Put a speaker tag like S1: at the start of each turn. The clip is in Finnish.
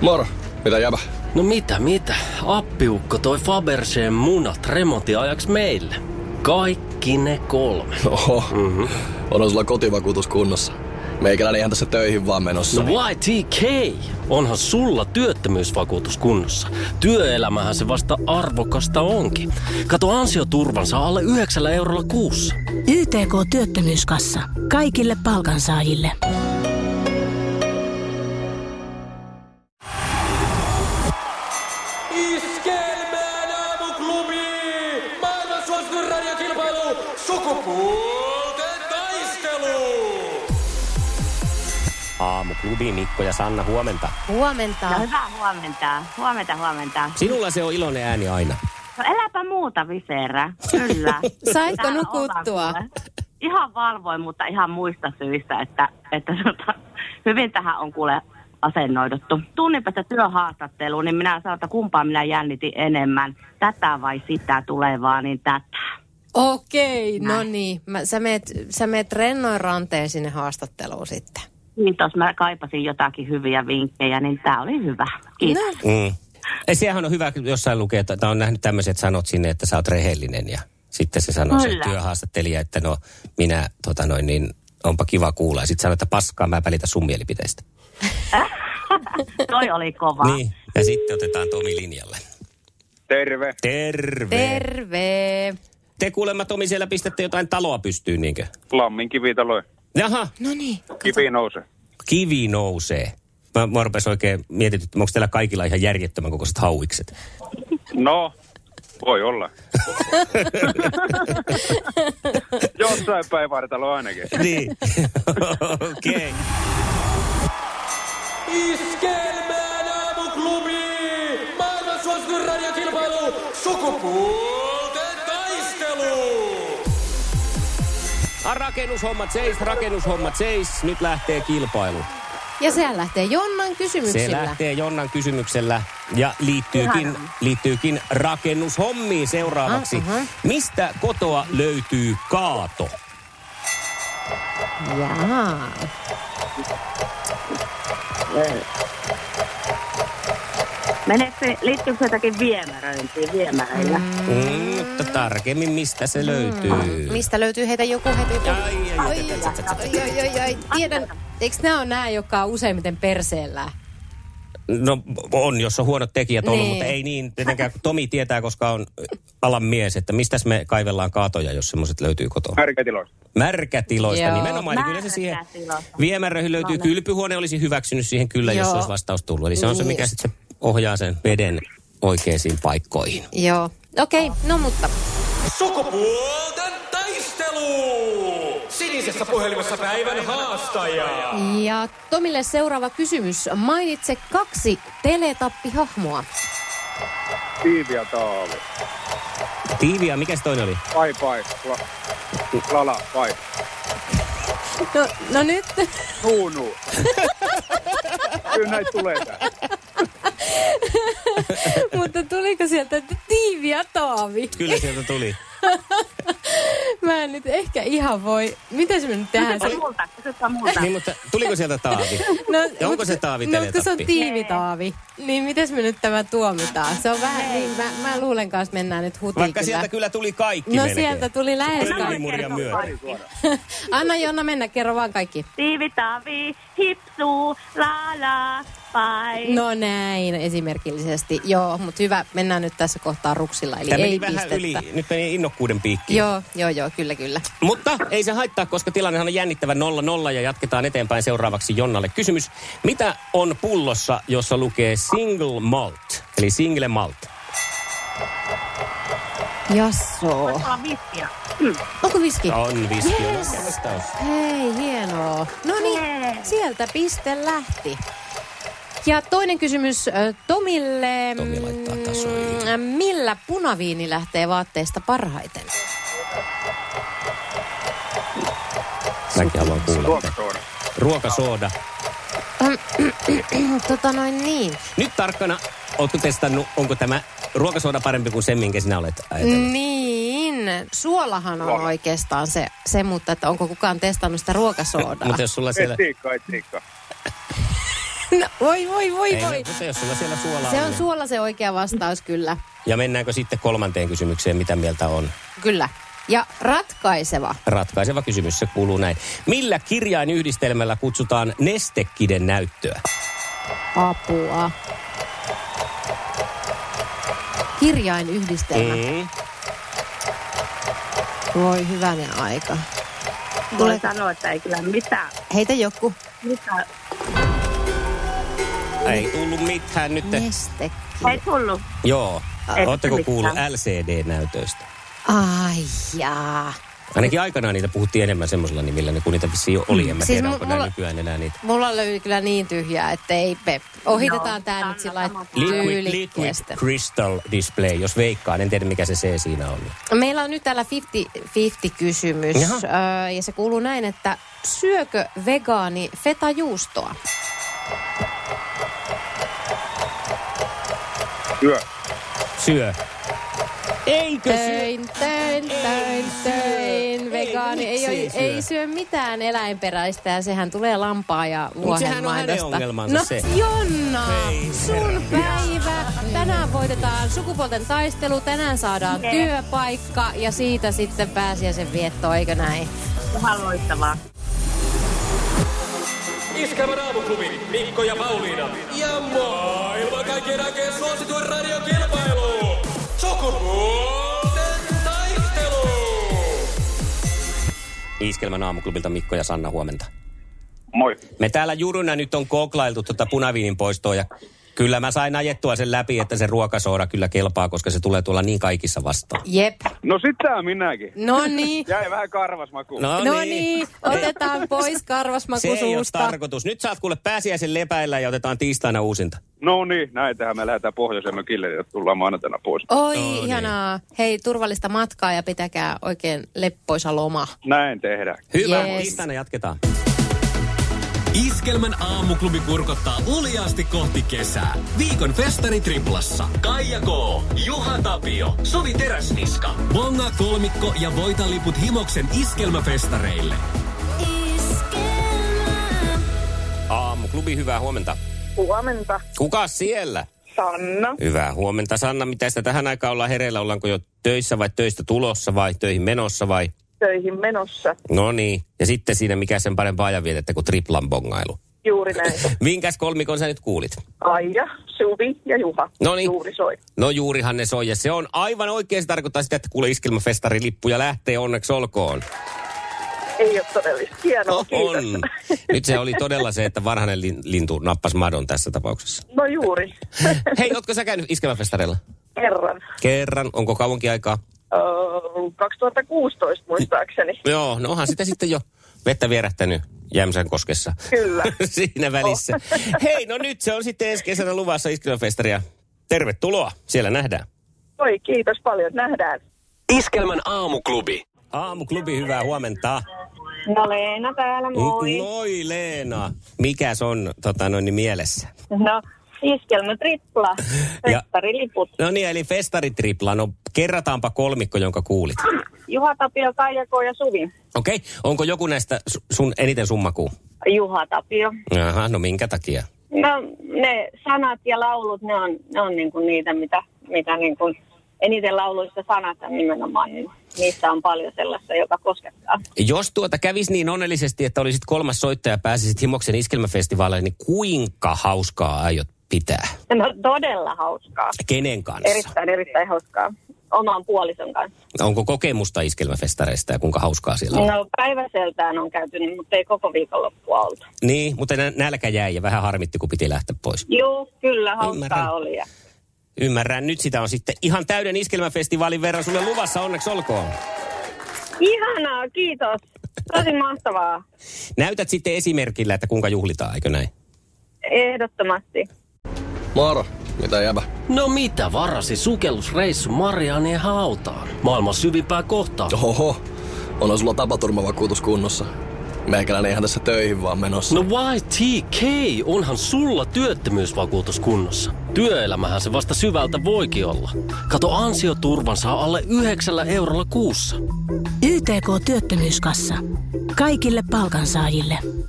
S1: Moro, mitä jäbä?
S2: No mitä, mitä? Appiukko toi Faberseen munat remontiajaksi meille. Kaikki ne kolme.
S1: Oho, mm-hmm. on sulla kotivakuutus kunnossa. Meikäläinen ihan tässä töihin vaan menossa.
S2: No YTK! Onhan sulla työttömyysvakuutus kunnossa. Työelämähän se vasta arvokasta onkin. Kato ansioturvansa alle 9 eurolla kuussa.
S3: YTK Työttömyyskassa. Kaikille palkansaajille.
S4: Iskelmään aamuklubi! Maailman suosituin radiokilpailu! Sukupuolten taistelu!
S5: Aamuklubi Mikko ja Sanna, huomenta.
S6: Huomenta.
S7: No hyvää huomenta. Huomenta, huomenta.
S5: Sinulla se on iloinen ääni aina.
S7: No eläpä muuta, Viserä. Kyllä.
S6: Saitko
S7: Täällä
S6: nukuttua?
S7: ollaan kyllä. Ihan valvoin, mutta ihan muista syistä, että, että tota, hyvin tähän on kuule asennoiduttu. Tunnin päästä työhaastatteluun, niin minä sanoin, että kumpaa minä jännitin enemmän, tätä vai sitä tulevaa, niin tätä.
S6: Okei, no niin. Mä- Sä meet, sä meet rennoin ranteen sinne haastatteluun sitten.
S7: Kiitos, Niin mä kaipasin jotakin hyviä vinkkejä, niin tämä oli hyvä. Kiitos.
S6: No,
S5: Mm. Ei, Sehän on hyvä, kun jossain lukee, että että on nähnyt tämmöiset sanot sinne, että sä oot rehellinen ja sitten se sanoo se
S7: Kyllä.
S5: työhaastattelija, että no minä tota noin niin, onpa kiva kuulla. Ja sitten sanoo, että paskaa, mä en välitä sun mielipiteistä.
S7: Toi oli kova.
S5: Niin. Ja sitten otetaan Tomi linjalle.
S8: Terve.
S5: Terve.
S6: terve.
S5: Te kuulemma Tomi siellä pistätte jotain taloa pystyyn, niinkö?
S8: Lammin kivitaloi.
S5: Jaha,
S6: No niin.
S8: Kivi nouse.
S5: kivi nousee. Mä, mä rupesin oikein mietityt, onko teillä kaikilla ihan järjettömän kokoiset hauikset?
S8: No, voi olla. Jossain päin vartalo ainakin.
S5: niin. Okei. Okay.
S4: Iskelmään aamuklubi! Maailman suosituin radiokilpailu! Sukupuolten taistelu!
S5: Rakennushommat seis, rakennushommat seis. Nyt lähtee kilpailu.
S6: Ja sehän lähtee Jonnan
S5: Se
S6: kysymyksillä.
S5: lähtee Jonnan kysymyksellä ja liittyykin, liittyykin rakennushommiin seuraavaksi.
S6: Ah, aha.
S5: Mistä kotoa löytyy kaato?
S6: Jaa.
S7: Meneekö, se- liittyykö se jotakin viemäröintiin viemäröillä? Mm.
S5: Mm, mutta tarkemmin, mistä se löytyy?
S6: Mistä löytyy heitä joku heti?
S5: Ai, ai,
S6: Oi, oi, oi, oi, oi, oi. Tiedän, eikö nämä ole nämä, jotka on useimmiten perseellä?
S5: No on, jos on huonot tekijät ollut,
S6: Niin.
S5: mutta ei niin. Tietenkään kun Tomi tietää, koska on alan mies, että mistäs me kaivellaan kaatoja, jos semmoiset löytyy kotoa.
S8: Härkätiloista.
S5: Märkätiloista
S6: Joo.
S5: nimenomaan. Eli kyllä se siihen
S7: Märkätiloista.
S5: viemäröihin löytyy.
S7: No niin.
S5: Kylpyhuone olisi hyväksynyt siihen kyllä, jos
S6: Joo. Niin
S5: olisi vastaus tullut. Eli se on se, mikä
S6: Just.
S5: sitten ohjaa sen veden oikeisiin paikkoihin.
S6: Joo. Okei, okay, no mutta.
S4: Sukupuolten taistelu! Sinisessä puhelimessa päivän haastaja!
S6: Ja Tomille seuraava kysymys. Mainitse kaksi teletappihahmoa.
S8: Tiivi ja taavi.
S5: Tiiviä, mikä se toinen oli?
S8: Pai pai. La, lala pai.
S6: No, no nyt.
S8: Nuunu. Kyllä näitä tulee tää.
S6: Mutta tuliko sieltä että Tiivi ja Taavi?
S5: Kyllä sieltä tuli.
S6: Mä en nyt ehkä ihan voi. Mitä se me nyt tehdään? Se...
S7: Multa, kysypä multa.
S5: niin, mutta tuliko sieltä Taavi?
S6: No,
S5: Ja onko
S6: mut-
S5: se Taavi
S6: No, kun se on
S5: teletappi?
S6: Tiivi Taavi. Niin miten me nyt tämä tuomitaan? Se on vähän niin, mä, mä luulen kanssa mennään nyt hutiin
S5: Vaikka
S6: kyllä.
S5: sieltä kyllä tuli kaikki
S6: No
S5: melkein.
S6: sieltä tuli lähes kaikki.
S5: Nurmimurjan myötä.
S6: Anna Jonna mennä, kerro vaan kaikki.
S7: Tiivi tavi, hipsuu, la la, pai.
S6: No näin, esimerkillisesti. Joo, mutta hyvä, mennään nyt tässä kohtaa ruksilla, eli
S5: Tämä
S6: ei
S5: meni vähän
S6: pistettä.
S5: yli, nyt meni innokkuuden piikkiin.
S6: Joo, joo, joo, kyllä, kyllä.
S5: Mutta ei se haittaa, koska tilannehan on jännittävä 0-0 ja jatketaan eteenpäin seuraavaksi Jonnalle kysymys. Mitä on pullossa, jossa lukee single malt, eli single malt?
S6: Jasso.
S7: Tuolla viskiä.
S6: Onko viski?
S5: No, On viski.
S6: Yes.
S5: Yes. vastaus.
S6: Hei, hienoa. No niin,
S7: Yes.
S6: sieltä piste lähti. Ja toinen kysymys ö, Tomille.
S5: Tomi laittaa tasoihin.
S6: Mm, Millä punaviini lähtee vaatteesta parhaiten?
S5: Mäkin haluan kuulla. mitä-
S8: Tuoksuora.
S5: Ruokasooda.
S6: Tota noin niin.
S5: Nyt tarkkana, ootko testannut, onko tämä ruokasooda parempi kuin se, minkä sinä olet ajatellut?
S6: Niin. Suolahan on
S8: Suola.
S6: oikeastaan se, se, mutta että onko kukaan testannut sitä ruokasoodaa?
S5: Mutta jos sulla siellä...
S8: Etiikka, etiikka.
S6: No, voi, voi, voi,
S5: Ei,
S6: voi.
S5: mutta jos sulla siellä suolaa niin-
S6: Se on suola se oikea vastaus, kyllä.
S5: Ja mennäänkö sitten kolmanteen kysymykseen, mitä mieltä on?
S6: Kyllä. Ja ratkaiseva.
S5: Ratkaiseva kysymys, se kuuluu näin. Millä kirjainyhdistelmällä kutsutaan nestekiden näyttöä?
S6: Apua. Kirjainyhdistelmä. Mm.
S5: Mm.
S6: Voi hyvänen aika.
S7: Tulee
S6: Tule-
S7: sanoa, että ei kyllä mitään.
S6: Heitä joku.
S7: mitään.
S5: Ei tullut mitään nyt.
S6: Neste.
S7: Ei tullut.
S5: Joo.
S7: Ei
S5: Oletteko
S7: mitään.
S5: kuullut LCD-näytöistä?
S6: Ai jaa.
S5: Ainakin aikanaan niitä puhuttiin enemmän semmoisilla nimillä, niin kun niitä vissiin jo oli. En mä
S6: Siis
S5: tiedä,
S6: mu-
S5: onko nää
S6: mulla-
S5: nykyään enää niitä.
S6: Mulla löi kyllä niin tyhjää, että ei Pep. Ohitetaan tää nyt sillä
S5: Liquid, liquid
S6: tyylikkäästi.
S5: Crystal Display, jos veikkaan. En tiedä, mikä se C siinä on.
S6: Meillä on nyt täällä 50-50 kysymys.
S5: Jaha.
S6: Öö, ja se kuuluu näin, että syökö vegaani fetajuustoa?
S8: Työ.
S5: Syö. Eikö syö?
S6: Töin, töin, töin, töin. Vegaani ei,
S5: miksi
S6: ei,
S5: ei
S6: syö.
S5: syö?
S6: ei syö mitään eläinperäistä ja sehän tulee lampaa ja
S5: Mut sehän on
S6: vuohenmaidosta.
S5: hänen ongelmansa
S6: no,
S5: se.
S6: Jonna,
S5: Ei
S6: sun päivä. Tänään voitetaan sukupuolten taistelu, tänään saadaan työpaikka ja siitä sitten pääsiäisen vietto, eikö näin?
S7: Ihan loistavaa.
S4: Iskävän aamuklubi, Mikko ja Pauliina. Ja maailman kaikkien aikeen suosituen radiokilpailu. Sukupuolten taistelu.
S5: Iskelmän aamuklubilta Mikko ja Sanna huomenta.
S8: Moi.
S5: Me täällä juruna nyt on koklailtu tuota punaviinin poistoa ja kyllä mä sain ajettua sen läpi, että se ruokasooda kyllä kelpaa, koska se tulee tuolla niin kaikissa vastaan.
S6: Jep.
S8: No sitä minäkin.
S6: No niin.
S8: Jäi vähän karvas makuun.
S6: No niin, otetaan pois
S5: Se ei ole
S6: karvasmakusuusta.
S5: tarkoitus. Nyt saat kuule pääsiäisen lepäillä ja otetaan tiistaina uusinta.
S8: No niin, näitähän me lähdetään pohjoisen mökille ja tullaan maanantaina pois.
S6: Oi,
S5: No niin.
S6: ihanaa. Hei, turvallista matkaa ja pitäkää oikein leppoisa loma.
S8: Näin tehdään.
S5: Hyvä,
S6: Yes.
S5: tiistaina jatketaan.
S4: Iskelmän aamuklubi kurkottaa uljaasti kohti kesää. Viikon festari triplassa. Kaija K, Juha Tapio, Suvi Teräsniska. Bonga kolmikko ja voita liput Himoksen iskelmäfestareille.
S5: Aamuklubi, hyvää huomenta.
S9: Huomenta.
S5: Kuka siellä?
S9: Sanna.
S5: Hyvää huomenta, Sanna. Mitä sitä tähän aikaan ollaan hereillä? Ollaanko jo töissä vai töistä tulossa vai töihin menossa vai?
S9: Töihin menossa.
S5: No niin. Ja sitten siinä mikä sen parempaa ajanvietettä kuin triplan bongailu.
S9: Juuri näin.
S5: Minkäs kolmikon sä nyt kuulit?
S9: Aija, Suvi ja Juha.
S5: Noniin.
S9: Juuri soi.
S5: No juurihan ne soi ja se on aivan oikein. Se tarkoittaa sitä, että kuule iskelmäfestarilippuja lähtee onneksi olkoon.
S9: Ei ole todellista. Hienoa, No, kiitos.
S5: No on. Nyt se oli todella se, että varhainen lin- lintu nappasi madon tässä tapauksessa.
S9: No juuri.
S5: Hei, ootko sä käynyt iskelmäfestareilla?
S9: Kerran.
S5: Kerran, onko kauankin aikaa?
S9: Ö, 2016 muistaakseni.
S5: Joo, no onhan sitä sitten jo vettä vierähtänyt Jämsän koskessa.
S9: Kyllä.
S5: Siinä välissä. Hei, no nyt se on sitten ensi kesänä luvassa iskelmäfestaria. Tervetuloa, siellä nähdään.
S9: Oi, kiitos paljon. Nähdään.
S4: Iskelmän aamuklubi.
S5: Aamuklubi, hyvää huomenta.
S9: No Leena täällä,
S5: Moi Leena. Mikäs on tota, noin, niin mielessä?
S9: No, iskelmä tripla.
S5: Ja-
S9: Festariliput.
S5: No niin, eli festaritripla. No kerrataanpa kolmikko, jonka kuulit.
S9: Juha Tapio, Kaijako ja Suvi.
S5: Okei, okay. onko joku näistä su- sun eniten summakuu?
S9: Juha Tapio.
S5: Aha, no minkä takia?
S9: No ne sanat ja laulut, ne on, ne on niin kuin niitä, mitä, mitä niin kuin eniten lauluista sanat on nimenomaan, niin niissä on paljon sellaista, joka koskettaa.
S5: Jos tuota kävisi niin onnellisesti, että olisit kolmas soittaja ja pääsisit Himoksen iskelmäfestivaaleille, niin kuinka hauskaa aiot pitää?
S9: No todella hauskaa,
S5: Kenen kanssa?
S9: erittäin erittäin hauskaa oman puolison kanssa.
S5: Onko kokemusta iskelmäfestareista ja kuinka hauskaa siellä on?
S9: No päiväseltään on käyty, niin, mutta ei koko viikonloppua oltu.
S5: Niin, mutta nä- nälkä jäi ja vähän harmitti, kun piti lähteä pois.
S9: Joo, kyllä hauskaa
S5: Ymmärrän.
S9: oli. Ja
S5: Ymmärrän, nyt sitä on sitten ihan täyden iskelmäfestivaalin verran sulle luvassa, onneksi olkoon.
S9: Ihanaa, kiitos. Tosi mahtavaa.
S5: Näytät sitten esimerkillä, että kuinka juhlitaan, eikö näin?
S9: Ehdottomasti.
S1: Moro, mitä jäbä?
S2: No mitä varasi sukellusreissu Marianien hautaan? Maailman syvimpää kohtaa.
S1: Oho, onhan sulla tapaturmavakuutus kunnossa. Meikäläinen ihan tässä töihin vaan menossa.
S2: No YTK, onhan sulla työttömyysvakuutus kunnossa. Työelämähän se vasta syvältä voikin olla. Kato ansioturvan saa alle 9 eurolla kuussa.
S3: YTK Työttömyyskassa. Kaikille palkansaajille.